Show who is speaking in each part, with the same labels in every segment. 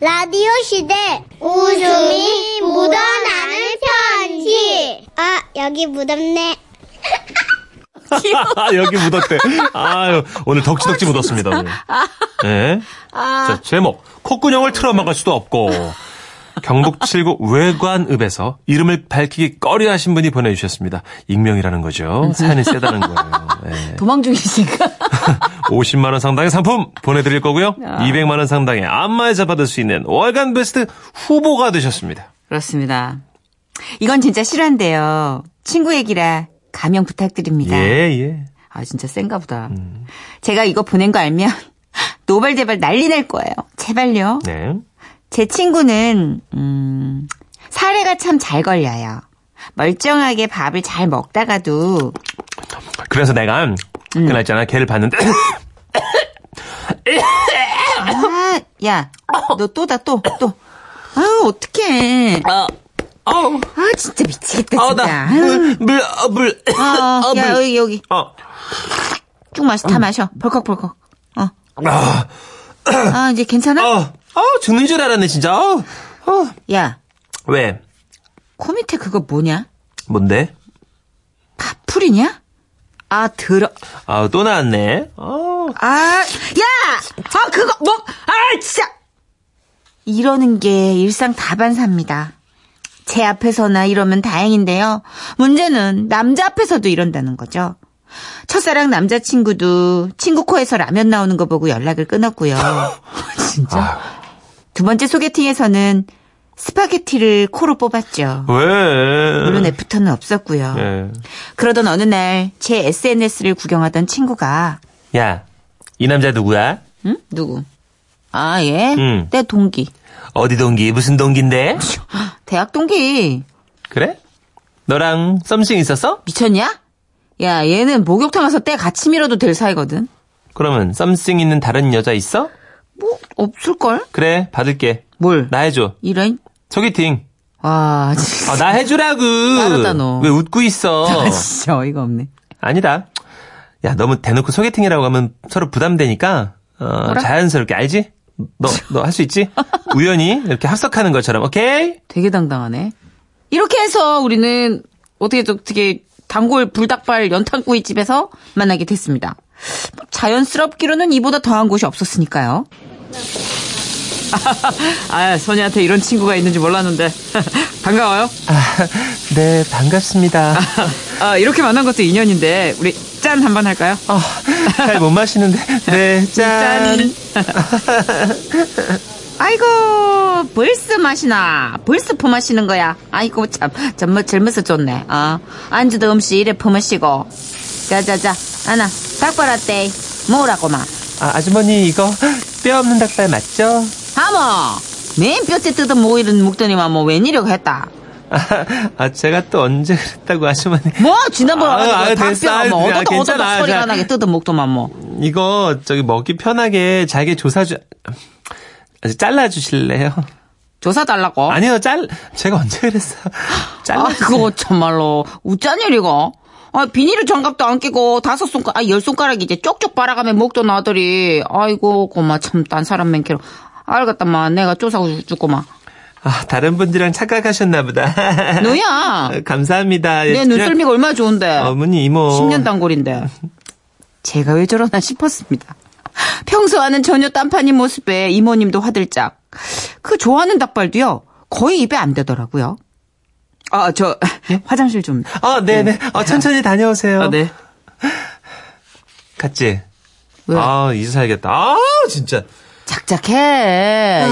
Speaker 1: 라디오 시대 웃음이 묻어나는 편지 아 여기 묻었네
Speaker 2: 아, 여기 묻었대. 아유, 오늘 덕지덕지 묻었습니다. 오늘. 예. 자, 제목. 콧구녕을 틀어막을 수도 없고. 경북 7구 외관읍에서 이름을 밝히기 꺼려하신 분이 보내주셨습니다. 익명이라는 거죠. 사연이 세다는 거예요. 예.
Speaker 3: 네. 도망 중이신가?
Speaker 2: 50만 원 상당의 상품 보내드릴 거고요. 200만 원 상당의 안마의자 받을 수 있는 월간 베스트 후보가 되셨습니다.
Speaker 3: 아. 그렇습니다. 이건 진짜 실화인데요. 친구 얘기라 감형 부탁드립니다.
Speaker 2: 예, 음. 예.
Speaker 3: 아 진짜 센가 보다. 제가 이거 보낸 거 알면 노발 제발 난리 날 거예요. 제발요.
Speaker 2: 네.
Speaker 3: 제 친구는 음, 사례가 참 잘 걸려요. 멀쩡하게 밥을 잘 먹다가도
Speaker 2: 그래서 내가 그날 있잖아. 걔를 봤는데
Speaker 3: 아, 야, 너 또다 또 또. 아, 어떡해.
Speaker 2: 아, 아우,
Speaker 3: 아, 진짜 미치겠다
Speaker 2: 아우,
Speaker 3: 진짜.
Speaker 2: 어, 나,
Speaker 3: 아유,
Speaker 2: 물, 물, 아, 물,
Speaker 3: 아,
Speaker 2: 아, 물.
Speaker 3: 야, 여기 여기
Speaker 2: 어,
Speaker 3: 쭉 마셔. 다 마셔. 벌컥벌컥. 어.
Speaker 2: 아,
Speaker 3: 아, 이제 괜찮아?
Speaker 2: 어, 어, 죽는 줄 알았네, 진짜. 어, 어.
Speaker 3: 야,
Speaker 2: 왜?
Speaker 3: 코 밑에 그거 뭐냐?
Speaker 2: 뭔데?
Speaker 3: 파풀이냐? 아, 더러.
Speaker 2: 아, 또 나왔네. 어,
Speaker 3: 아, 야! 아, 그거, 뭐, 아, 진짜! 이러는 게 일상 다반사입니다. 제 앞에서나 이러면 다행인데요. 문제는 남자 앞에서도 이런다는 거죠. 첫사랑 남자친구도 친구 코에서 라면 나오는 거 보고 연락을 끊었고요. 진짜? 두 번째 소개팅에서는 스파게티를 코로 뽑았죠.
Speaker 2: 왜?
Speaker 3: 물론 애프터는 없었고요.
Speaker 2: 예.
Speaker 3: 그러던 어느 날 제 SNS를 구경하던 친구가
Speaker 2: 야, 이 남자 누구야?
Speaker 3: 응? 누구? 아, 예?
Speaker 2: 응.
Speaker 3: 내 동기.
Speaker 2: 어디 동기? 무슨 동기인데?
Speaker 3: 대학 동기.
Speaker 2: 그래? 너랑 썸씽 있었어?
Speaker 3: 미쳤냐? 야, 얘는 목욕탕 가서 때 같이 밀어도 될 사이거든.
Speaker 2: 그러면 썸씽 있는 다른 여자 있어?
Speaker 3: 뭐, 없을걸?
Speaker 2: 그래, 받을게.
Speaker 3: 뭘?
Speaker 2: 나 해줘.
Speaker 3: 이런?
Speaker 2: 소개팅.
Speaker 3: 와, 진짜.
Speaker 2: 아, 나 해주라고.
Speaker 3: 빠르다, 너.
Speaker 2: 왜 웃고 있어?
Speaker 3: 진짜 어이가 없네.
Speaker 2: 아니다. 야, 너무 대놓고 소개팅이라고 하면 서로 부담되니까, 어, 자연스럽게, 알지? 너, 너 할 수 있지? 우연히 이렇게 합석하는 것처럼, 오케이?
Speaker 3: 되게 당당하네. 이렇게 해서 우리는 어떻게 어떻게 단골 불닭발 연탄구이집에서 만나게 됐습니다. 자연스럽기로는 이보다 더한 곳이 없었으니까요. 아, 소녀한테 이런 친구가 있는지 몰랐는데 반가워요.
Speaker 2: 아, 네, 반갑습니다.
Speaker 3: 아, 이렇게 만난 것도 인연인데 우리 짠 한 번 할까요?
Speaker 2: 아, 잘 못 마시는데. 네, 짠.
Speaker 3: 아이고 벌써 마시나 벌써 퍼마시는 거야 아이고 참 정말 젊어서 좋네 아 안주도 음식 이래 퍼마시고 자자자 하나 닭발라떼 먹으라고마
Speaker 2: 아, 아주머니, 이거 뼈 없는 닭발 맞죠?
Speaker 3: 하모 맨 뼈째 뜯어 먹이는 먹더니만 뭐 웬일이고 했다
Speaker 2: 아, 아, 제가 또 언제 그랬다고, 아주머니.
Speaker 3: 뭐 지난번에
Speaker 2: 아유, 아유,
Speaker 3: 와가지고
Speaker 2: 됐어.
Speaker 3: 닭뼈
Speaker 2: 아유,
Speaker 3: 뭐
Speaker 2: 야,
Speaker 3: 어쩌다
Speaker 2: 괜찮아.
Speaker 3: 어쩌다 소리가
Speaker 2: 자.
Speaker 3: 나게 뜯어 먹더만 뭐
Speaker 2: 이거, 저기, 먹기 편하게 자기 조사주, 아, 잘라주실래요?
Speaker 3: 조사 달라고
Speaker 2: 아니요, 잘, 제가 언제 그랬어? 잘라.
Speaker 3: 어? 아, 그거 참말로 우짠 일이고. 아, 비닐을 장갑도 안 끼고 다섯 손가락, 아, 열 손가락 이제 쪽쪽 빨아가며 먹던 아들이, 아이고, 고마, 참, 딴 사람 맨캐로. 알겠다마, 내가 쫓아고 죽고마.
Speaker 2: 아, 다른 분들이랑 착각하셨나 보다.
Speaker 3: 너야!
Speaker 2: 아, 감사합니다.
Speaker 3: 내
Speaker 2: 그냥
Speaker 3: 눈썰미가 얼마나 좋은데.
Speaker 2: 어머니, 이모.
Speaker 3: 10년 단골인데. 제가 왜 저러나 싶었습니다. 평소와는 전혀 딴판인 모습에 이모님도 화들짝. 그 좋아하는 닭발도요, 거의 입에 안 되더라고요. 아, 저, 화장실 좀.
Speaker 2: 어, 네네. 어, 천천히 다녀오세요.
Speaker 3: 아, 네.
Speaker 2: 갔지?
Speaker 3: 왜?
Speaker 2: 아, 이제 살겠다. 아, 진짜. 아.
Speaker 3: 작작해.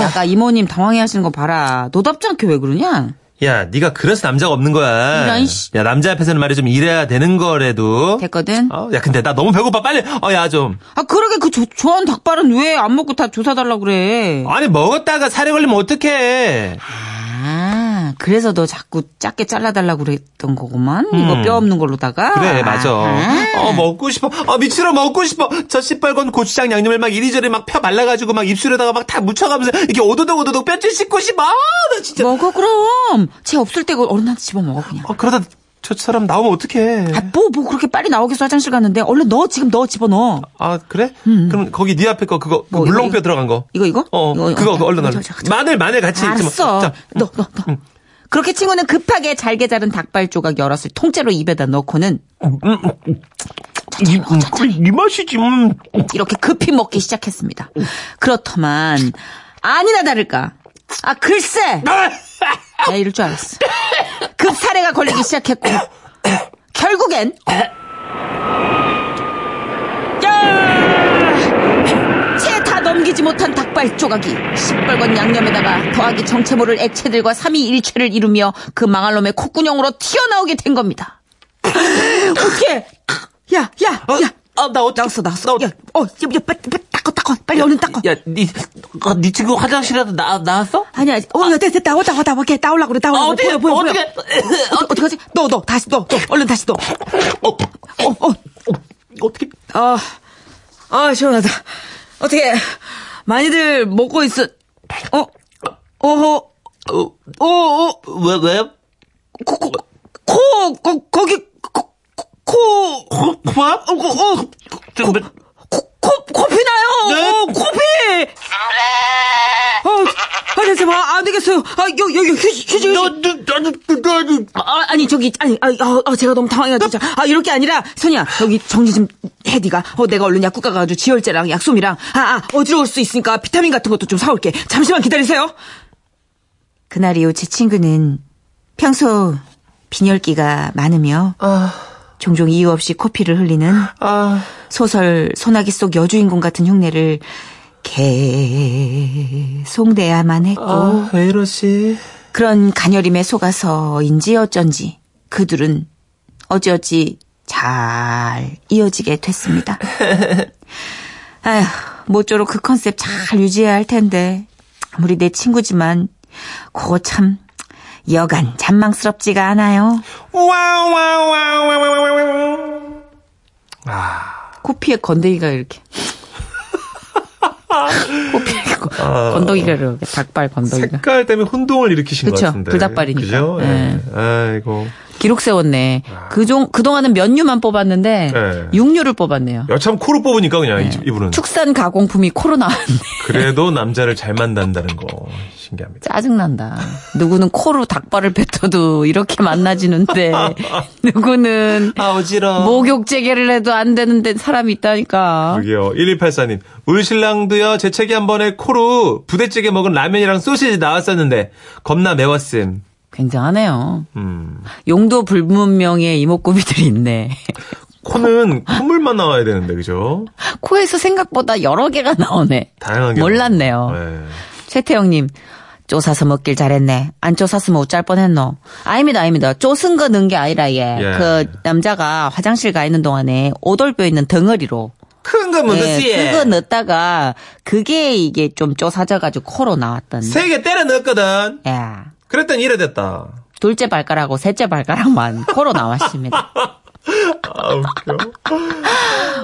Speaker 3: 약간 이모님 당황해 하시는 거 봐라. 너답지 않게 왜 그러냐?
Speaker 2: 야, 네가 그래서 남자가 없는 거야.
Speaker 3: 이런 씨.
Speaker 2: 야, 남자 앞에서는 말이 좀 이래야 되는 거래도.
Speaker 3: 됐거든.
Speaker 2: 어, 야, 근데 나 너무 배고파. 빨리. 어, 야, 좀.
Speaker 3: 아, 그러게 그 조, 좋아하는 닭발은 왜 안 먹고 다 조사달라 그래?
Speaker 2: 아니, 먹었다가 살에 걸리면 어떡해.
Speaker 3: 아, 그래서 너 자꾸 작게 잘라달라 그랬던 거구만? 이거 뼈 없는 걸로다가?
Speaker 2: 음. 그래, 맞아.
Speaker 3: 아하.
Speaker 2: 어, 먹고 싶어. 어, 미치로 먹고 싶어. 저 시뻘건 고추장 양념을 막 이리저리 막 펴 말라가지고 막 입술에다가 막 다 묻혀가면서 이렇게 오도독 오도독 뼈질 씻고 싶어. 아, 나 진짜.
Speaker 3: 먹어, 그럼! 쟤 없을 때 그걸 어른한테 집어먹어, 그냥.
Speaker 2: 어, 그러다 저 사람 나오면 어떡해.
Speaker 3: 아, 뭐, 뭐 그렇게 빨리 나오겠어, 화장실 갔는데. 얼른 넣어, 지금 넣어, 집어넣어.
Speaker 2: 아, 그래? 그럼 거기 네 앞에 거 그거 그
Speaker 3: 뭐,
Speaker 2: 물렁뼈
Speaker 3: 이거,
Speaker 2: 들어간 거.
Speaker 3: 이거, 이거?
Speaker 2: 어,
Speaker 3: 이거,
Speaker 2: 그거,
Speaker 3: 이거.
Speaker 2: 그거 얼른
Speaker 3: 저,
Speaker 2: 얼른.
Speaker 3: 저, 저, 저.
Speaker 2: 마늘 마늘 같이 있지 뭐.
Speaker 3: 알았어.
Speaker 2: 자, 음.
Speaker 3: 넣어, 넣어, 넣어. 그렇게 친구는 급하게 잘게 자른 닭발 조각 여럿을 통째로 입에다 넣고는
Speaker 2: 이, 음, 그, 이 맛이지. 음.
Speaker 3: 이렇게 급히 먹기 시작했습니다. 그렇더만 아니나 다를까. 아 글쎄. 나 이럴 줄 알았어. 급 사례가 걸리기 시작했고 결국엔 채 다 넘기지 못한 닭발 조각이 시뻘건 양념에다가 더하기 정체 모를 액체들과 삼위일체를 이루며 그 망할 놈의 콧구멍으로 튀어나오게 된 겁니다. 어떻게? 야, 야, 야.
Speaker 2: 아, 나 어떡해.
Speaker 3: 나왔어, 나왔어. 야, 어, 야, 야, 빨리, 빨리 닦어, 닦어. 빨리 얼른 닦어.
Speaker 4: 야, 니, 어, 니 친구 화장실에도 나, 나왔어?
Speaker 3: 아니, 아니, 어, 야, 됐다, 됐다. 왔다, 왔다, 왔다. 나올라 그래, 나올라
Speaker 4: 아, 어떡해,
Speaker 3: 뭐야, 뭐야, 뭐야.
Speaker 4: 어떡해.
Speaker 3: 어떡해, 어떡하지? 너, 너, 다시 너, 너. 얼른 다시 너.
Speaker 2: 어,
Speaker 3: 어, 어,
Speaker 2: 어떻게.
Speaker 3: 아, 아, 시원하다. 어떻게, 많이들 먹고 있어. 어, 어허,
Speaker 4: 어,
Speaker 3: 어, 어,
Speaker 4: 왜, 왜?
Speaker 3: 코, 코, 코, 거, 거기, 코, 코,
Speaker 4: 고, 고마?
Speaker 3: 어, 코, 어,
Speaker 4: 좀, 뭐,
Speaker 3: 코, 코, 코피 나요!
Speaker 4: 네?
Speaker 3: 어, 코피! 아, 아, 잠시만, 아, 안 되겠어요. 아, 여기, 여기, 휴지, 휴지.
Speaker 4: 너, 너, 너, 너, 너, 너,
Speaker 3: 아, 아니, 저기, 아니, 아, 아, 아, 제가 너무 당황해가지고. 진짜. 아, 이럴 게 아니라, 선이야, 여기 정리 좀 해, 니가. 어, 내가 얼른 약국 가가지고 지혈제랑 약솜이랑, 아, 아, 어지러울 수 있으니까 비타민 같은 것도 좀 사올게. 잠시만 기다리세요. 그날 이후 제 친구는 평소 빈혈기가 많으며, 종종 이유 없이 코피를 흘리는
Speaker 2: 아,
Speaker 3: 소설 소나기 속 여주인공 같은 흉내를 계속 내야만 했고
Speaker 2: 아, 왜 이러지.
Speaker 3: 그런 간열임에 속아서인지 어쩐지 그들은 어찌어찌 잘 이어지게 됐습니다. 아휴, 모쪼록 그 컨셉 잘 유지해야 할 텐데 아무리 내 친구지만 그거 참 여간 잔망스럽지가 않아요.
Speaker 2: 와우, 와우, 와우, 와우, 와우, 와우, 와우.
Speaker 3: 코피에 건더기가 이렇게. 코피에 거- 건더기가 이렇게 닭발 건더기가.
Speaker 2: 아. 색깔 때문에 혼동을 일으키신
Speaker 3: 그쵸,
Speaker 2: 것 같은데.
Speaker 3: 불닭발이니까.
Speaker 2: 그죠?
Speaker 3: 예.
Speaker 2: 예. 아이고.
Speaker 3: 기록 세웠네. 그종 그동안은 면류만 뽑았는데
Speaker 2: 아. 네.
Speaker 3: 육류를 뽑았네요.
Speaker 2: 여참 코로 뽑으니까 그냥 이- 이분은.
Speaker 3: 네. 축산 가공품이 코로 나왔네.
Speaker 2: 그래도 남자를 잘 만난다는 거 신기합니다.
Speaker 3: 짜증난다. 누구는 코로 닭발을 뱉어도 이렇게 만나지는데 누구는
Speaker 2: 아, 어지러워.
Speaker 3: 목욕 재개를 해도 안 되는데 사람이 있다니까.
Speaker 2: 그게요. 1184님. 우리 신랑도요. 재채기 한 번에 코로 부대찌개 먹은 라면이랑 소시지 나왔었는데 겁나 매웠음.
Speaker 3: 굉장하네요.
Speaker 2: 음.
Speaker 3: 용도 불문명의 이목구비들이 있네.
Speaker 2: 코는 콧물만 나와야 되는데 그죠?
Speaker 3: 코에서 생각보다 여러 개가 나오네.
Speaker 2: 다양하게.
Speaker 3: 몰랐네요.
Speaker 2: 네.
Speaker 3: 최태영님, 쪼사서 먹길 잘했네. 안 쪼샀으면 어쩔 뻔했노. 아닙니다, 아닙니다. 쪼쓴 거 넣은 게 아니라, 예.
Speaker 2: 예.
Speaker 3: 그, 남자가 화장실 가 있는 동안에 오돌뼈 있는 덩어리로.
Speaker 2: 큰 거면
Speaker 3: 예, 그거 넣었다가, 그게 이게 좀 쪼사져가지고 코로 나왔던.
Speaker 2: 세개 때려 넣었거든.
Speaker 3: 예.
Speaker 2: 그랬더니 이래 됐다.
Speaker 3: 둘째 발가락하고 셋째 발가락만 코로 나왔습니다.
Speaker 2: 아 웃겨.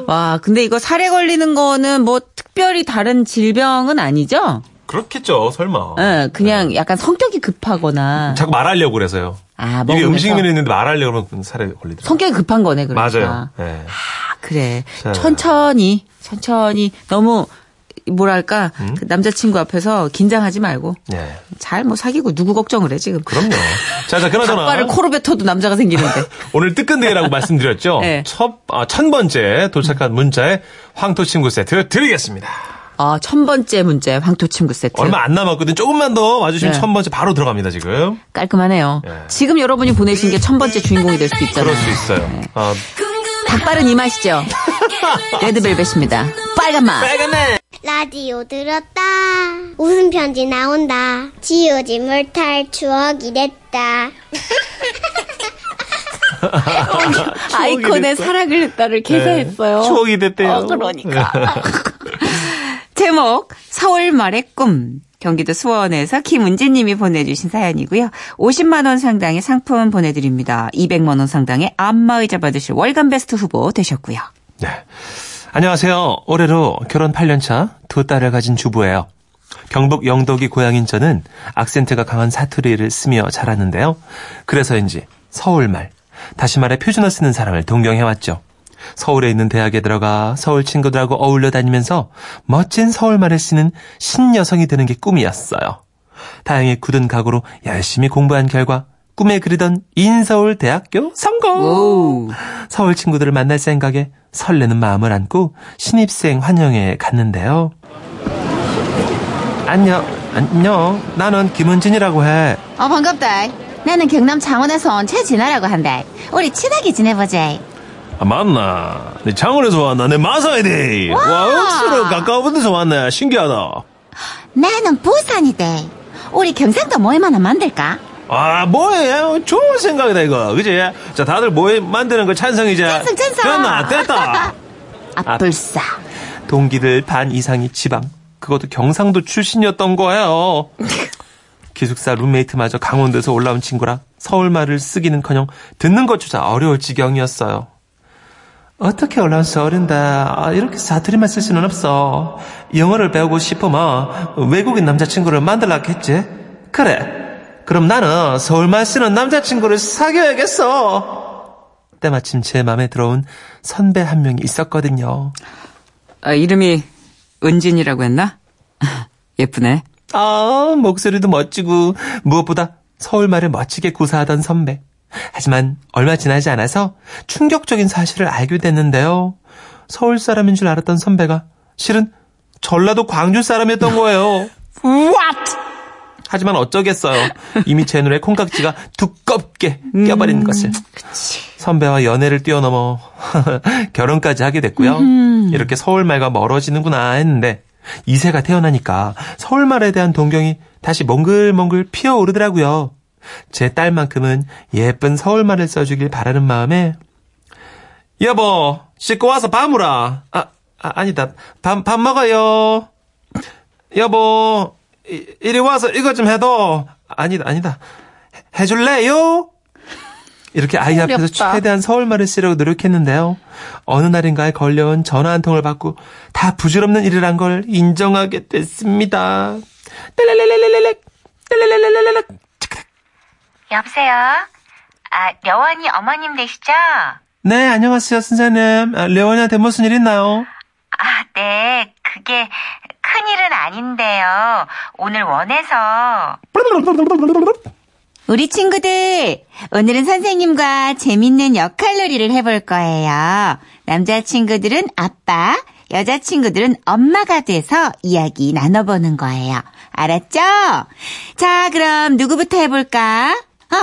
Speaker 3: 와, 근데 이거 살에 걸리는 거는 뭐 특별히 다른 질병은 아니죠?
Speaker 2: 그렇겠죠. 설마.
Speaker 3: 예, 그냥
Speaker 2: 네.
Speaker 3: 약간 성격이 급하거나.
Speaker 2: 자꾸 말하려고 그래서요.
Speaker 3: 아,
Speaker 2: 이게
Speaker 3: 먹으면서?
Speaker 2: 음식면에 있는데 말하려고 그러면 살에 걸리더라고요.
Speaker 3: 성격이 급한 거네, 그러니까.
Speaker 2: 맞아요. 예.
Speaker 3: 아, 그래.
Speaker 2: 자.
Speaker 3: 천천히, 천천히. 너무, 뭐랄까,
Speaker 2: 음?
Speaker 3: 그 남자친구 앞에서 긴장하지 말고.
Speaker 2: 예.
Speaker 3: 잘 뭐 사귀고 누구 걱정을 해, 지금.
Speaker 2: 그럼요. 자, 자, 그나저나.
Speaker 3: 닭발을 코로 뱉어도 남자가 생기는데.
Speaker 2: 오늘 뜨끈대회라고 말씀드렸죠.
Speaker 3: 네.
Speaker 2: 첫, 아, 천 번째 도착한 문자에 황토 친구 세트 드리겠습니다.
Speaker 3: 아, 천 번째 문제, 황토 친구 세트.
Speaker 2: 얼마 안 남았거든요. 조금만 더 와주시면
Speaker 3: 네.
Speaker 2: 천 번째 바로 들어갑니다, 지금.
Speaker 3: 깔끔하네요.
Speaker 2: 예.
Speaker 3: 지금 여러분이 보내신 게 천 번째 주인공이 될 수도 있잖아요.
Speaker 2: 그럴 수 있어요.
Speaker 3: 네.
Speaker 2: 아,
Speaker 3: 닭발은 이 맛이죠. 레드벨벳입니다. 빨간 맛.
Speaker 1: 라디오 들었다. 웃음 편지 나온다. 지우지 못할 추억이 됐다.
Speaker 3: 아이콘의 사랑을 했다를 개사했어요.
Speaker 2: 네. 추억이 됐대요.
Speaker 3: 어, 그러니까. 제목 서울 말의 꿈. 경기도 수원에서 김은지 님이 보내주신 사연이고요. 50만 원 상당의 상품 보내드립니다. 200만 원 상당의 안마의자 받으실 월간 베스트 후보 되셨고요.
Speaker 2: 네. 안녕하세요. 올해로 결혼 8년차 두 딸을 가진 주부예요. 경북 영덕이 고향인 저는 악센트가 강한 사투리를 쓰며 자랐는데요. 그래서인지 서울말, 다시 말해 표준어 쓰는 사람을 동경해왔죠. 서울에 있는 대학에 들어가 서울 친구들하고 어울려 다니면서 멋진 서울말을 쓰는 신여성이 되는 게 꿈이었어요. 다행히 굳은 각오로 열심히 공부한 결과 꿈에 그리던 인서울 대학교 성공!
Speaker 3: 오우.
Speaker 2: 서울 친구들을 만날 생각에 설레는 마음을 안고 신입생 환영회에 갔는데요. 안녕, 안녕. 나는 김은진이라고 해.
Speaker 3: 어, 반갑다. 나는 경남 창원에서 온 최진아라고 한다. 우리 친하게 지내보자.
Speaker 2: 아, 맞나? 네 창원에서 왔나? 내 마사야 돼. 와, 억수로 가까운 데서 왔네. 신기하다.
Speaker 3: 나는 부산이대. 우리 경상도 모임 하나 만들까?
Speaker 2: 아, 뭐해? 좋은 생각이다, 이거. 그지? 자, 다들 모임 만드는 거 찬성이자.
Speaker 3: 찬성, 찬성.
Speaker 2: 됐나? 됐다.
Speaker 3: 아, 불사.
Speaker 2: 동기들 반 이상이 지방. 그것도 경상도 출신이었던 거예요. 기숙사 룸메이트마저 강원도에서 올라온 친구라 서울말을 쓰기는커녕 듣는 것조차 어려울 지경이었어요. 어떻게 올라온 서울인데 아, 이렇게 사투리만 쓸 수는 없어. 영어를 배우고 싶으면 외국인 남자친구를 만들라겠지? 그래. 그럼 나는 서울말 쓰는 남자친구를 사귀어야겠어. 때마침 제 마음에 들어온 선배 한 명이 있었거든요.
Speaker 5: 아, 이름이 은진이라고 했나? 예쁘네.
Speaker 2: 아, 목소리도 멋지고 무엇보다 서울말을 멋지게 구사하던 선배. 하지만 얼마 지나지 않아서 충격적인 사실을 알게 됐는데요. 서울 사람인 줄 알았던 선배가 실은 전라도 광주 사람이었던 거예요.
Speaker 5: What?
Speaker 2: 하지만 어쩌겠어요. 이미 제 눈에 콩깍지가 두껍게 껴버린 것을. 선배와 연애를 뛰어넘어 결혼까지 하게 됐고요. 이렇게 서울말과 멀어지는구나 했는데 이세가 태어나니까 서울말에 대한 동경이 다시 몽글몽글 피어오르더라고요. 제 딸만큼은 예쁜 서울말을 써주길 바라는 마음에 여보 씻고 와서 밤으라. 아, 아 아니다 밥 밥 먹어요. 여보, 이- 이리 와서 이거 좀 해도, 아니다, 아니다. 해- 해줄래요? 이렇게 아이 앞에서 최대한 서울말을 쓰려고 노력했는데요. 어느 날인가에 걸려온 전화 한 통을 받고 다 부질없는 일을 한 걸 인정하게 됐습니다. 딸랄랄랄랄랄, 딸랄랄랄랄랄.
Speaker 6: 여보세요? 아, 여원이 어머님 되시죠? 아,
Speaker 2: 네, 안녕하세요, 선생님. 아, 레원이한테 무슨 일 있나요?
Speaker 6: 아, 네. 그게 큰일은 아닌데요. 오늘 원해서.
Speaker 3: 우리 친구들, 오늘은 선생님과 재밌는 역할놀이를 해볼 거예요. 남자친구들은 아빠, 여자친구들은 엄마가 돼서 이야기 나눠보는 거예요. 알았죠? 자, 그럼 누구부터 해볼까? 어,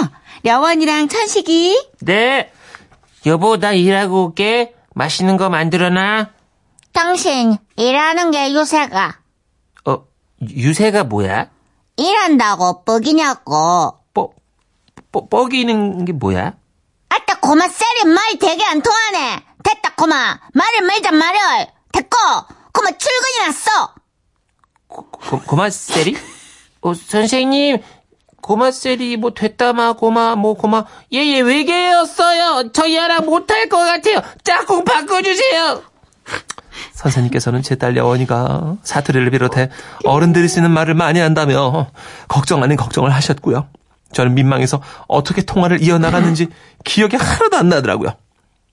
Speaker 3: 려원이랑 천식이.
Speaker 4: 네. 여보, 나 일하고 올게. 맛있는 거 만들어놔.
Speaker 1: 당신 일하는 게 요새가
Speaker 4: 어, 유세가 뭐야?
Speaker 1: 일한다고 뻑이냐고.
Speaker 4: 뻐, 뻐, 뻐기는 게 뭐야?
Speaker 1: 아따 고마 쎄린 말이 되게 안 통하네. 됐다 고마 말을 말자 말을. 됐고 고마 출근이 났어.
Speaker 4: 고, 고마세리? 어, 선생님, 고마세리, 뭐, 됐다마, 고마, 뭐, 고마. 예, 예, 외계였어요. 저희 하나 못할 것 같아요. 짝꿍 바꿔주세요.
Speaker 2: 선생님께서는 제 딸 여원이가 사투리를 비롯해 어른들이 쓰는 말을 많이 한다며 걱정 아닌 걱정을 하셨고요. 저는 민망해서 어떻게 통화를 이어나갔는지 기억이 하나도 안 나더라고요.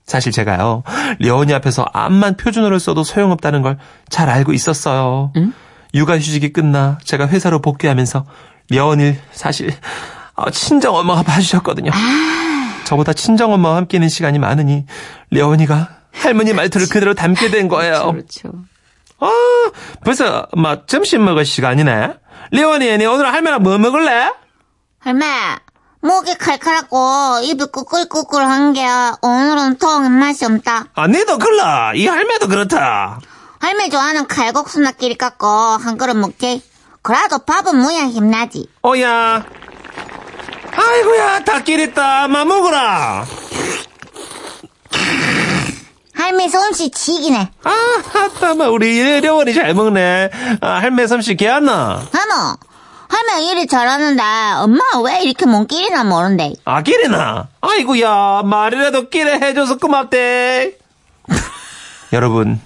Speaker 2: 사실 제가요, 여원이 앞에서 암만 표준어를 써도 소용없다는 걸 잘 알고 있었어요. 육아휴직이 끝나 제가 회사로 복귀하면서 여원이를 사실 아, 친정엄마가 봐주셨거든요.
Speaker 5: 아.
Speaker 2: 저보다 친정엄마와 함께는 시간이 많으니 레온이가 할머니 말투를 그대로 담게 된 거예요.
Speaker 5: 그렇죠.
Speaker 2: 아, 벌써 막 점심 먹을 시간이네. 레온이, 니 오늘 할머니랑 뭐 먹을래?
Speaker 1: 할매 목이 칼칼하고 입이 꾸끌꾸끌한 게 오늘은 통 입맛이 없다.
Speaker 2: 아, 니도 글라. 이 할매도 그렇다.
Speaker 1: 할매 좋아하는 칼국수나 끼리 깎고 한 그릇 먹지. 그래도 밥은 뭐야 힘나지.
Speaker 2: 오야. 아이고야, 닭길 있다. 마 먹어라.
Speaker 1: 할매 솜씨 지기네.
Speaker 2: 아, 아따, 마 우리 레온이 잘 먹네. 아, 할매 솜씨 개안나.
Speaker 1: 어머 할매 일이 잘하는데 엄마 왜 이렇게 몸길이나 모른대.
Speaker 2: 아, 끼리나. 아이고야, 말이라도 끼리 해줘서 고맙대. 여러분,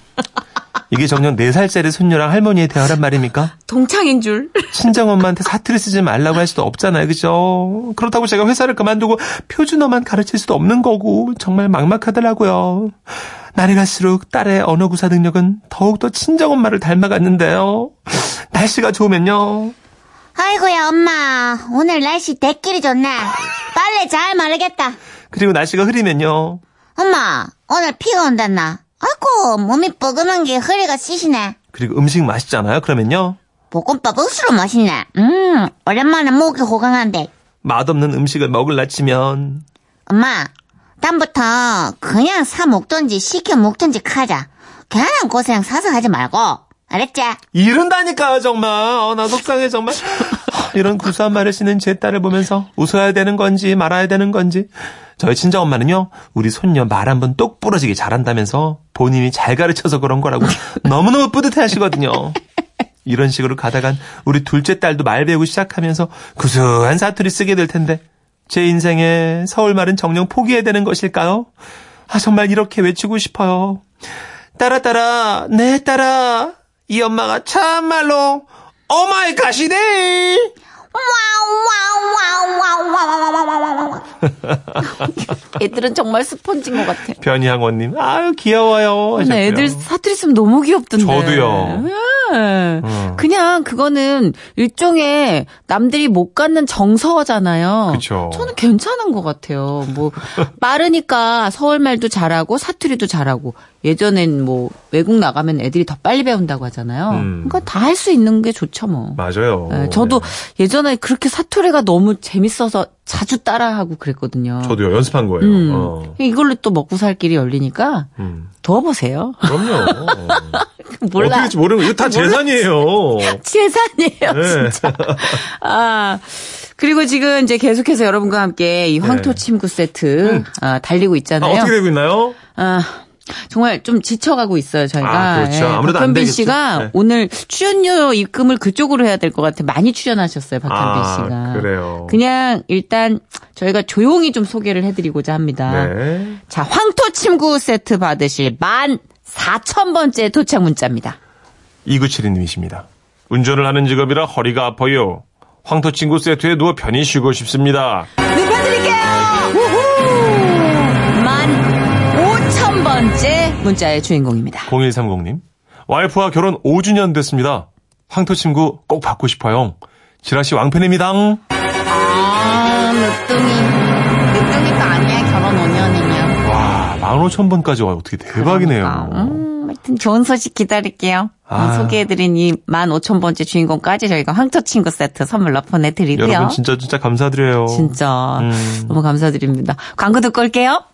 Speaker 2: 이게 정녕 4살짜리 손녀랑 할머니의 대화란 말입니까?
Speaker 7: 동창인 줄.
Speaker 2: 친정엄마한테 사투리 쓰지 말라고 할 수도 없잖아요. 그죠? 그렇다고 제가 회사를 그만두고 표준어만 가르칠 수도 없는 거고 정말 막막하더라고요. 날이 갈수록 딸의 언어구사 능력은 더욱더 친정엄마를 닮아갔는데요. 날씨가 좋으면요.
Speaker 1: 아이고야, 엄마. 오늘 날씨 대끼리 좋네. 빨래 잘 마르겠다.
Speaker 2: 그리고 날씨가 흐리면요.
Speaker 1: 엄마, 오늘 피가 온댔나? 아이고, 몸이 뻐근한 게 허리가 씻이네.
Speaker 2: 그리고 음식 맛있잖아요. 그러면요.
Speaker 1: 볶음밥 억수로 맛있네. 음, 오랜만에 목이 호강한데.
Speaker 2: 맛없는 음식을 먹을라 치면
Speaker 1: 엄마, 다음부터 그냥 사 먹든지 시켜 먹든지 하자. 괜한 고생 사서 하지 말고. 알았지?
Speaker 2: 이른다니까 정말 어, 나 속상해 정말 이런 구수한 말을 쓰는 제 딸을 보면서 웃어야 되는 건지 말아야 되는 건지 저희 친정엄마는요 우리 손녀 말 한 번 똑 부러지게 잘한다면서 본인이 잘 가르쳐서 그런 거라고 너무너무 뿌듯해 하시거든요 이런 식으로 가다간 우리 둘째 딸도 말 배우기 시작하면서 구수한 사투리 쓰게 될 텐데 제 인생에 서울말은 정녕 포기해야 되는 것일까요? 아 정말 이렇게 외치고 싶어요 따라 따라 네 따라 이 엄마가 참말로 오마이 가시네.
Speaker 7: 애들은 정말 스펀지인 것 같아.
Speaker 2: 변희향원님, 아유 귀여워요. 하셨고요.
Speaker 3: 근데 애들 사투리 쓰면 너무 귀엽던데.
Speaker 2: 저도요. 어.
Speaker 3: 예. 그냥 그거는 일종의 남들이 못 갖는 정서잖아요.
Speaker 2: 그쵸.
Speaker 3: 저는 괜찮은 것 같아요. 뭐 빠르니까 서울말도 잘하고 사투리도 잘하고 예전엔 뭐 외국 나가면 애들이 더 빨리 배운다고 하잖아요.
Speaker 2: 음. 어,
Speaker 3: 그러니까 다 할 수 있는 게 좋죠 뭐.
Speaker 2: 맞아요.
Speaker 4: 네,
Speaker 3: 예, 저도
Speaker 2: 네.
Speaker 3: 예전에 그렇게 사투리가 너무 재밌어서 자주 따라하고 그랬거든요.
Speaker 2: 네. 저도요 연습한 거예요.
Speaker 3: 음.
Speaker 2: 어.
Speaker 3: 이걸로 또 먹고 살 길이 열리니까
Speaker 2: 음.
Speaker 3: 도와보세요.
Speaker 2: 그럼요. 어떻게
Speaker 3: 몰라.
Speaker 2: 될지 모르는 거 이거 다 재산이에요.
Speaker 3: 재산이에요,
Speaker 2: 네.
Speaker 3: 진짜. 아, 그리고 지금 이제 계속해서 여러분과 함께 이 황토
Speaker 2: 네. 음.
Speaker 3: 침구 세트 아, 달리고
Speaker 2: 아,
Speaker 3: 있잖아요.
Speaker 2: 어떻게 되고 있나요?
Speaker 3: 아, 정말 좀 지쳐가고 있어요, 저희가. 예,
Speaker 2: 아, 그렇죠. 아무래도 안
Speaker 3: 박현빈
Speaker 2: 되겠죠.
Speaker 3: 씨가
Speaker 2: 네.
Speaker 3: 오늘 출연료 입금을 그쪽으로 해야 될 것 같아요. 많이 출연하셨어요, 박현빈
Speaker 2: 아,
Speaker 3: 씨가.
Speaker 2: 그래요.
Speaker 3: 냥 일단 저희가 조용히 좀 소개를 해드리고자
Speaker 4: 아.
Speaker 3: 합니다.
Speaker 2: 네.
Speaker 3: 자, 황토 침구 세트 받으실 만 4,000번째 도착 문자입니다.
Speaker 2: 2972님이십니다. 운전을 하는 직업이라 허리가 아파요. 황토 친구 세트에 누워 편히 쉬고 싶습니다.
Speaker 3: 만 5,000번째 문자의 주인공입니다.
Speaker 2: 0130님. 와이프와 결혼 5주년 됐습니다. 황토 친구 꼭 받고 싶어요. 지라시 왕팬입니다.
Speaker 3: 아, 늦둥이. 늦둥이가 아니야, 결혼 5년이면.
Speaker 2: 와, 15,000번까지 와요. 어떻게 대박이네요.
Speaker 3: 음, 하여튼 좋은 소식 기다릴게요.
Speaker 2: 아.
Speaker 3: 소개해드린 이 15,000번째 주인공까지 저희가 황토 친구 세트 선물로 보내드리고요.
Speaker 2: 여러분 진짜 진짜 감사드려요.
Speaker 3: 진짜
Speaker 2: 음.
Speaker 3: 너무 감사드립니다. 광고 듣고 올게요.